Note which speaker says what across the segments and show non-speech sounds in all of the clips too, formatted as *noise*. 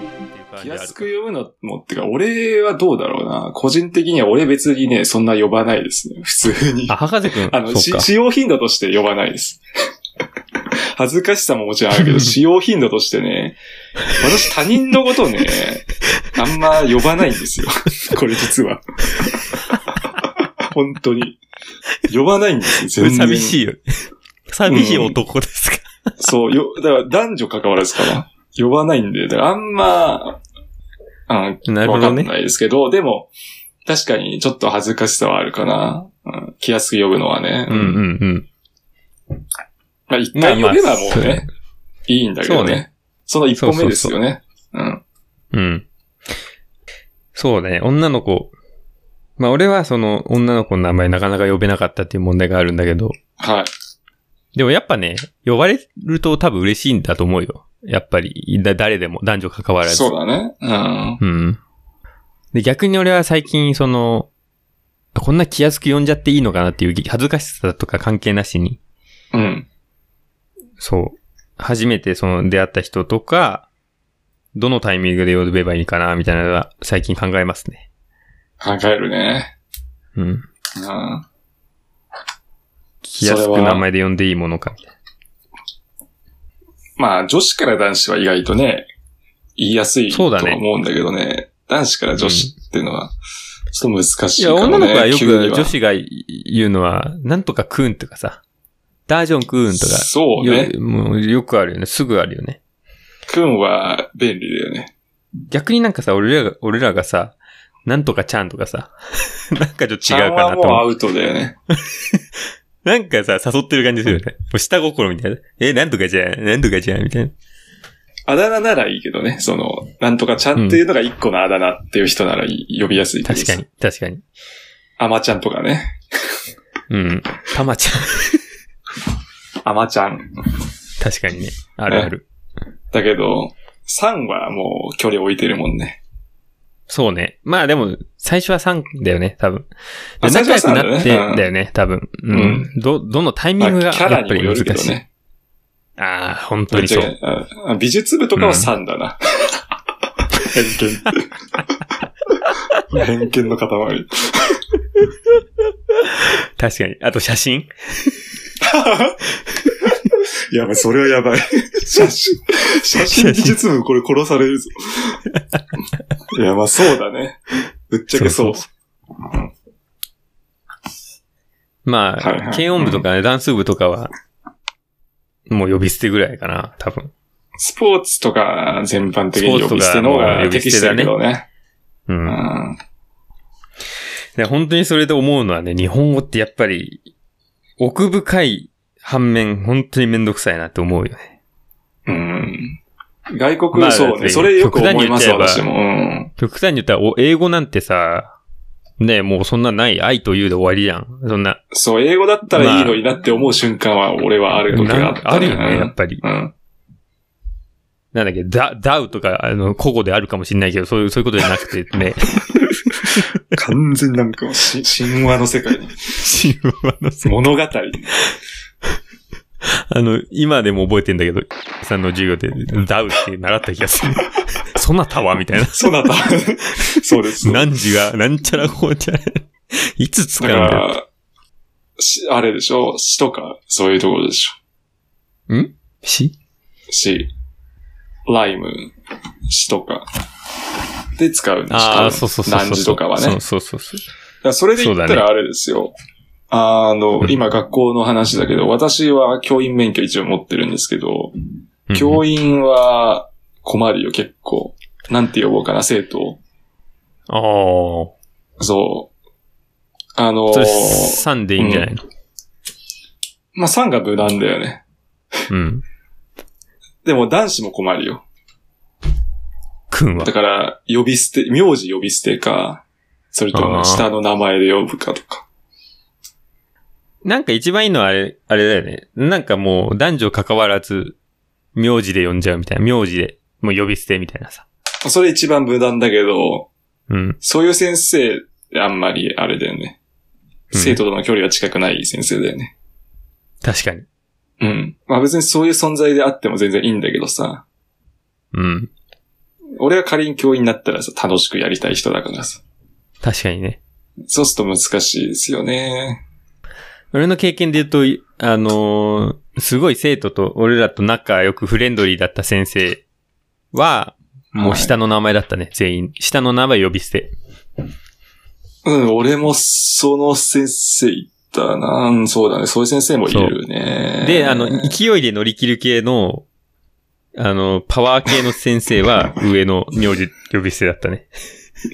Speaker 1: である
Speaker 2: 安。く呼ぶのも、ってか、俺はどうだろうな。個人的には俺別にね、そんな呼ばないですね。普通に。
Speaker 1: あ、
Speaker 2: あ
Speaker 1: 博士くん。
Speaker 2: の、
Speaker 1: そ
Speaker 2: し
Speaker 1: うか。
Speaker 2: 使用頻度として呼ばないです。 *laughs* 恥ずかしさももちろんある
Speaker 1: *laughs*
Speaker 2: けど、使用頻度としてね、私他人のことをね、あんま呼ばないんで
Speaker 1: *laughs*
Speaker 2: すよ。これ実は。本当に。呼ばないんで
Speaker 1: *laughs*
Speaker 2: すよ、全然。
Speaker 1: 寂しいよ。寂しい男ですか。
Speaker 2: そう、よ、だから男女関わらずかな。呼ばないんで、だからあんま、うん、
Speaker 1: なるほ
Speaker 2: わ
Speaker 1: ど
Speaker 2: かん
Speaker 1: ね。
Speaker 2: ないですけど、でも、確かにちょっと恥ずかしさはあるかな。うん、気安く呼ぶのはね。
Speaker 1: うんうんうん。
Speaker 2: まあ一回
Speaker 1: まあまあ
Speaker 2: 呼べばも
Speaker 1: そうう
Speaker 2: ね
Speaker 1: ね、
Speaker 2: いいんだけど
Speaker 1: そう
Speaker 2: ね。その一歩目ですよね。うん。
Speaker 1: うん。そうね、女の子。まあ俺はその女の子の名前なかなか呼べなかったっていう問題があるんだけど、
Speaker 2: はい。
Speaker 1: でもやっぱね、呼ばれると多分嬉しいんだと思うよ。やっぱり、だ誰でも、男女関わらず。
Speaker 2: そうだね。うん。
Speaker 1: うん。で、逆に俺は最近、その、こんな気安く呼んじゃっていいのかなっていう恥ずかしさとか関係なしに、
Speaker 2: うん。
Speaker 1: そう。初めてその出会った人とか、どのタイミングで呼べばいいかな、みたいなのが最近考えますね。
Speaker 2: 考えるね。
Speaker 1: うん。
Speaker 2: うん。
Speaker 1: 気安
Speaker 2: そ
Speaker 1: く
Speaker 2: れ
Speaker 1: 名
Speaker 2: は
Speaker 1: 前で呼んでいいものか、みたい
Speaker 2: まあ、女子から男子は意外とね、言いやすいと
Speaker 1: そう
Speaker 2: は
Speaker 1: だね
Speaker 2: 思うんだけどね。男子から女子っていうのは、ちょっと難しい
Speaker 1: な。
Speaker 2: か
Speaker 1: いや、
Speaker 2: もね。
Speaker 1: 女の子はよ
Speaker 2: 急に
Speaker 1: く女子が言うのは、なんとかくんとかさ、ダージョンくんとか、
Speaker 2: そうね。
Speaker 1: よもうよくあるよね。すぐあるよね。
Speaker 2: くんは便利だよね。
Speaker 1: 逆になんかさ、俺らが、俺らがさ、なんとかちゃんとかさ、 *laughs* なんかちょっと違うか
Speaker 2: ちゃ
Speaker 1: なんと
Speaker 2: はもうア
Speaker 1: 思う。
Speaker 2: ウトだよね。
Speaker 1: なんかさ、誘ってる感じするよね。もう下心みたいな。え、なんとかじゃん、なんとかじゃん、みたいな。
Speaker 2: あだ名ならいいけどね。その、なんとかちゃんっていうのが一個のあだ名っていう人なら呼びやすいけど
Speaker 1: 確か。に、確かに。
Speaker 2: あまちゃんとかね。
Speaker 1: うん。たまちゃん。
Speaker 2: あまちゃん。
Speaker 1: 確かにね。あるある。
Speaker 2: だけど、さんはもう距離置いてるもんね。
Speaker 1: そうね。まあでも、最初は3だよね、多分。
Speaker 2: あ
Speaker 1: で
Speaker 2: 最
Speaker 1: 仲良
Speaker 2: 初
Speaker 1: く
Speaker 2: は
Speaker 1: な
Speaker 2: 3
Speaker 1: っ
Speaker 2: だ
Speaker 1: て
Speaker 2: よねうん
Speaker 1: だよね、多分。う。
Speaker 2: うん
Speaker 1: ど、どのタイミ
Speaker 2: まあ
Speaker 1: ングが
Speaker 2: キャラ
Speaker 1: やっ
Speaker 2: に
Speaker 1: ぱ
Speaker 2: も
Speaker 1: り
Speaker 2: よるけ
Speaker 1: 難
Speaker 2: ど
Speaker 1: しい。
Speaker 2: ね。
Speaker 1: ああ、本当にそ
Speaker 2: ぶっ
Speaker 1: う。
Speaker 2: ちゃけうん美術部とかはさんだな。偏見。
Speaker 1: *laughs*
Speaker 2: 偏見の塊。
Speaker 1: 確かに。あと写真
Speaker 2: やばい、それは
Speaker 1: *laughs*
Speaker 2: やばい。写真、写真技術部これ殺さ
Speaker 1: *laughs*
Speaker 2: れるぞ。いや、まあそうだね。ぶっちゃけそう。
Speaker 1: ま
Speaker 2: はいは
Speaker 1: あ、
Speaker 2: い
Speaker 1: 軽音部とかね、ダンス部とかは、もう呼び捨てぐらいかな、多分。
Speaker 2: スポーツとか全般的に呼び捨ての方が適してるけどね。
Speaker 1: う。
Speaker 2: うんん。
Speaker 1: で本当にそれで思うのはね、日本語ってやっぱり、奥深い反面、本当にめんどくさいなって思うよね。
Speaker 2: うん。外国、
Speaker 1: まあ
Speaker 2: そうね。それよく思います、
Speaker 1: 極端
Speaker 2: 私
Speaker 1: に言っちゃえば
Speaker 2: も。うん。
Speaker 1: 極端に言ったら、お英語なんてさ、ねもうそんなない、愛と言うで終わりやん。そんな、
Speaker 2: そう、英語だったらいいのになって思う瞬間は俺はある時が
Speaker 1: な
Speaker 2: あ
Speaker 1: ん
Speaker 2: った、
Speaker 1: あるよね、やっぱり。
Speaker 2: うん。うん。
Speaker 1: なんだっけ、ダ、ダウとか、あの、古語であるかもしれないけど、そういう、そういうことじゃなくてね、
Speaker 2: 完全なんかもうし神話の世界に。
Speaker 1: 神話のせい
Speaker 2: 物語。
Speaker 1: あの、今でも覚えてんだけど、さんの授業でダウって習った気がする。そなたはみたいな。*laughs*
Speaker 2: そなた。そうです。
Speaker 1: 何時が、なんちゃらこうちゃら。いつ使
Speaker 2: だ
Speaker 1: うん
Speaker 2: か
Speaker 1: だよ。
Speaker 2: ら、しあれでしょ詩とか、そういうところでし
Speaker 1: し
Speaker 2: ょ。詩。ライム、詩とか。で使うんでしょ。
Speaker 1: あ
Speaker 2: 多
Speaker 1: あ、
Speaker 2: 分
Speaker 1: そうそうそうそう。
Speaker 2: 何時とかはね。
Speaker 1: そうそうそうそう。
Speaker 2: だからそれで言った
Speaker 1: そうだ
Speaker 2: らあれですよ。あの、
Speaker 1: うん
Speaker 2: 今学校の話だけど、私は教員免許一応持ってるんですけど、
Speaker 1: うん
Speaker 2: 教員は困るよ、結構。なんて呼ぼうかな、生徒を。
Speaker 1: ああ。そ
Speaker 2: そう。あのー、
Speaker 1: れ、3でいいんじゃないの
Speaker 2: まあ、3が無難だよね。
Speaker 1: うん。
Speaker 2: でも男子も困るよ。
Speaker 1: くんは
Speaker 2: だ。から、呼び捨て、名字呼び捨てか、それと
Speaker 1: あ
Speaker 2: も
Speaker 1: ー
Speaker 2: 下の名前で呼ぶかとか。
Speaker 1: なんか一番いいのはあれ、あれだよね。なんかもう、男女関わらず、名字で呼んじゃうみたいな。名字で、もう呼び捨てみたいなさ。
Speaker 2: それ一番無難だけど、
Speaker 1: うん。
Speaker 2: そういう先生、あんまりあれだよね。
Speaker 1: うん
Speaker 2: 生徒との距離が近くない先生だよね。
Speaker 1: 確かに。
Speaker 2: うん。まあ別にそういう存在であっても全然いいんだけどさ。
Speaker 1: うん。
Speaker 2: 俺が仮に教員になったらさ、楽しくやりたい人だからさ。
Speaker 1: 確かにね。
Speaker 2: そうすると難しいですよね。
Speaker 1: 俺の経験で言うと、あのーすごい生徒と、俺らと仲良くフレンドリーだった先生は、もう下の名前だったね、全員。下の名前呼び捨て。
Speaker 2: うん、俺もその先生いったな。うんそうだね。そういう先生もいるね。
Speaker 1: で、あの、勢いで乗り切る系の、あの、パワー系の先生は上の名字呼び捨てだったね。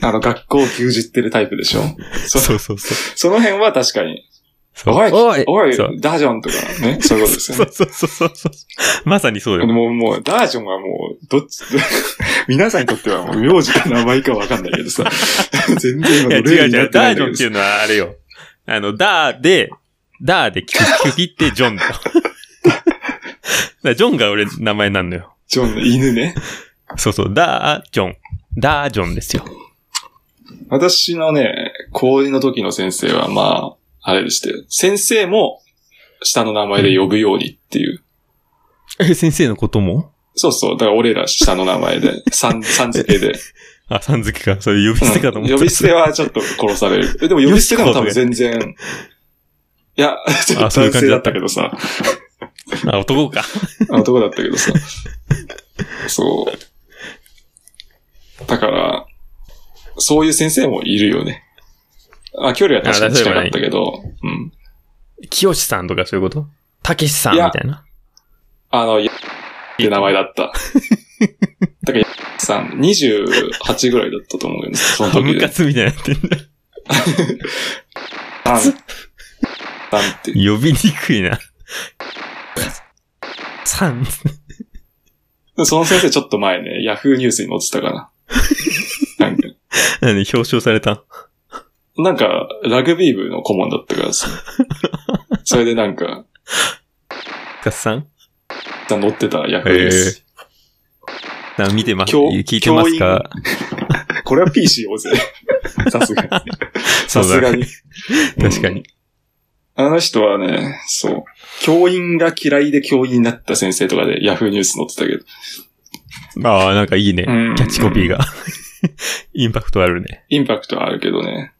Speaker 2: あの、学校を牛耳ってるタイプでしょ。そ
Speaker 1: そうそうそう。
Speaker 2: その辺は確かに、
Speaker 1: そう
Speaker 2: おい、
Speaker 1: お
Speaker 2: お
Speaker 1: い
Speaker 2: い、
Speaker 1: そう
Speaker 2: ダージョンとかね、そういうことです
Speaker 1: そ
Speaker 2: よね
Speaker 1: う。そうそうそうそう。まさに *laughs* そうよ。
Speaker 2: もう、もう、ダージョンはもう、どっち、 *laughs* 皆さんにとってはもう、名字か名前かわかんないけどさ。 *laughs* 全
Speaker 1: い
Speaker 2: 然
Speaker 1: や、
Speaker 2: 今の
Speaker 1: 違
Speaker 2: 例
Speaker 1: う
Speaker 2: に
Speaker 1: 違
Speaker 2: なっ
Speaker 1: う。
Speaker 2: てな
Speaker 1: ダ
Speaker 2: い
Speaker 1: ー
Speaker 2: ん
Speaker 1: ジョンって
Speaker 2: だけどさ
Speaker 1: いうのはあれよ。あの、ダーで、ダーでキュキュキってジョンだ。だから *laughs* ジョンが俺名前なんのよ。
Speaker 2: ジョンの犬ね。
Speaker 1: そうそう、ダージョン。ダージョンですよ。
Speaker 2: 私のね、高二の時の先生は、まあ、あれでしたよ。先生も、下の名前で呼ぶようにっていう。
Speaker 1: え、先生のことも
Speaker 2: そうそう。だから俺ら下の名前で、さん、さん付けで。
Speaker 1: あ、さん付けか。それ呼び捨てかと思った。
Speaker 2: 呼び捨てはちょっと殺される。えでも呼び捨てでも多分全然、いや、ちょ
Speaker 1: あ
Speaker 2: っと
Speaker 1: そういう感
Speaker 2: 男
Speaker 1: じ
Speaker 2: 性
Speaker 1: だ
Speaker 2: だ
Speaker 1: っ
Speaker 2: ったたけどさ、
Speaker 1: あ、男か。
Speaker 2: 男だったけどさ。そう。だから、そういう先生もいるよね。あ、距離は確かに近かったけど、うん。
Speaker 1: 清さんとかそういうことたけしさん
Speaker 2: い
Speaker 1: み
Speaker 2: や
Speaker 1: たいな。
Speaker 2: あの、やって名前だった。だから、さん、28ぐらいだったと思うよね。その
Speaker 1: ハ
Speaker 2: 時
Speaker 1: ム
Speaker 2: で
Speaker 1: カ。ツみたいになってんだ。
Speaker 2: さん、さんって。
Speaker 1: 呼びにくいな。さん。
Speaker 2: その先生ちょっと前ね、ヤフーニュースに載ってた
Speaker 1: *laughs*
Speaker 2: かな。なんか、
Speaker 1: 何表彰された
Speaker 2: なんか、ラグビー部の顧問だったからさ。それでなんか、
Speaker 1: カツさん
Speaker 2: 乗ってたヤフーニュース。
Speaker 1: さん見てます
Speaker 2: 教
Speaker 1: 聞いてますか
Speaker 2: これは P しよう
Speaker 1: *laughs*
Speaker 2: ぜ。さすがに。さす
Speaker 1: そうだね
Speaker 2: がに。
Speaker 1: 確かに。
Speaker 2: あの人はね、そう。教員が嫌いで教員になった先生とかでヤフーニュース載ってたけど。
Speaker 1: *laughs* ああ、なんかいいね。
Speaker 2: うん
Speaker 1: キャッチコピーが。 *laughs* インパクトあるね。
Speaker 2: インパクトはあるけどね。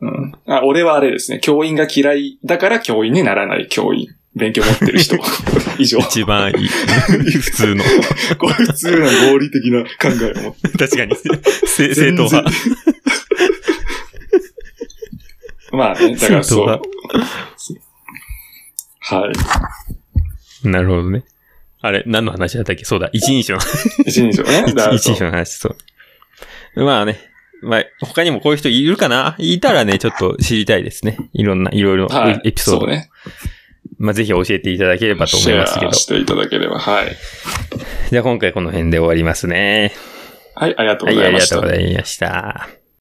Speaker 2: うん。あ、俺はあれですね。教員が嫌いだから教員にならない教員。勉強持ってる人。
Speaker 1: *laughs*
Speaker 2: 以上。
Speaker 1: 一番いい。 *laughs* 普通の。 *laughs*
Speaker 2: これ普通な合理的な考えを持って
Speaker 1: 確かに。せ *laughs* 正統派。
Speaker 2: *laughs* まあね、だからそう。
Speaker 1: 正
Speaker 2: はい
Speaker 1: 統。なるほどね。あれ、何の話だったっけそうだ、一人称の
Speaker 2: 一人称ね。だか
Speaker 1: *laughs*
Speaker 2: ら
Speaker 1: 一人称の話、そう。まあね。まあ、他にもこういう人いるかないたらね、ちょっと知りたいですね。いろんな、いろいろ
Speaker 2: はい。
Speaker 1: エピソード。
Speaker 2: そうね。
Speaker 1: まあ、ぜひ教えていただければと思
Speaker 2: シ
Speaker 1: い
Speaker 2: ェ
Speaker 1: ますけど
Speaker 2: ア。していただければ。はい。
Speaker 1: じゃあ今回この辺で終わりますね。
Speaker 2: はい、ありがとう
Speaker 1: は
Speaker 2: ご
Speaker 1: い、
Speaker 2: ざ
Speaker 1: あ
Speaker 2: い
Speaker 1: り
Speaker 2: ま
Speaker 1: が
Speaker 2: した
Speaker 1: とうご。ざいました。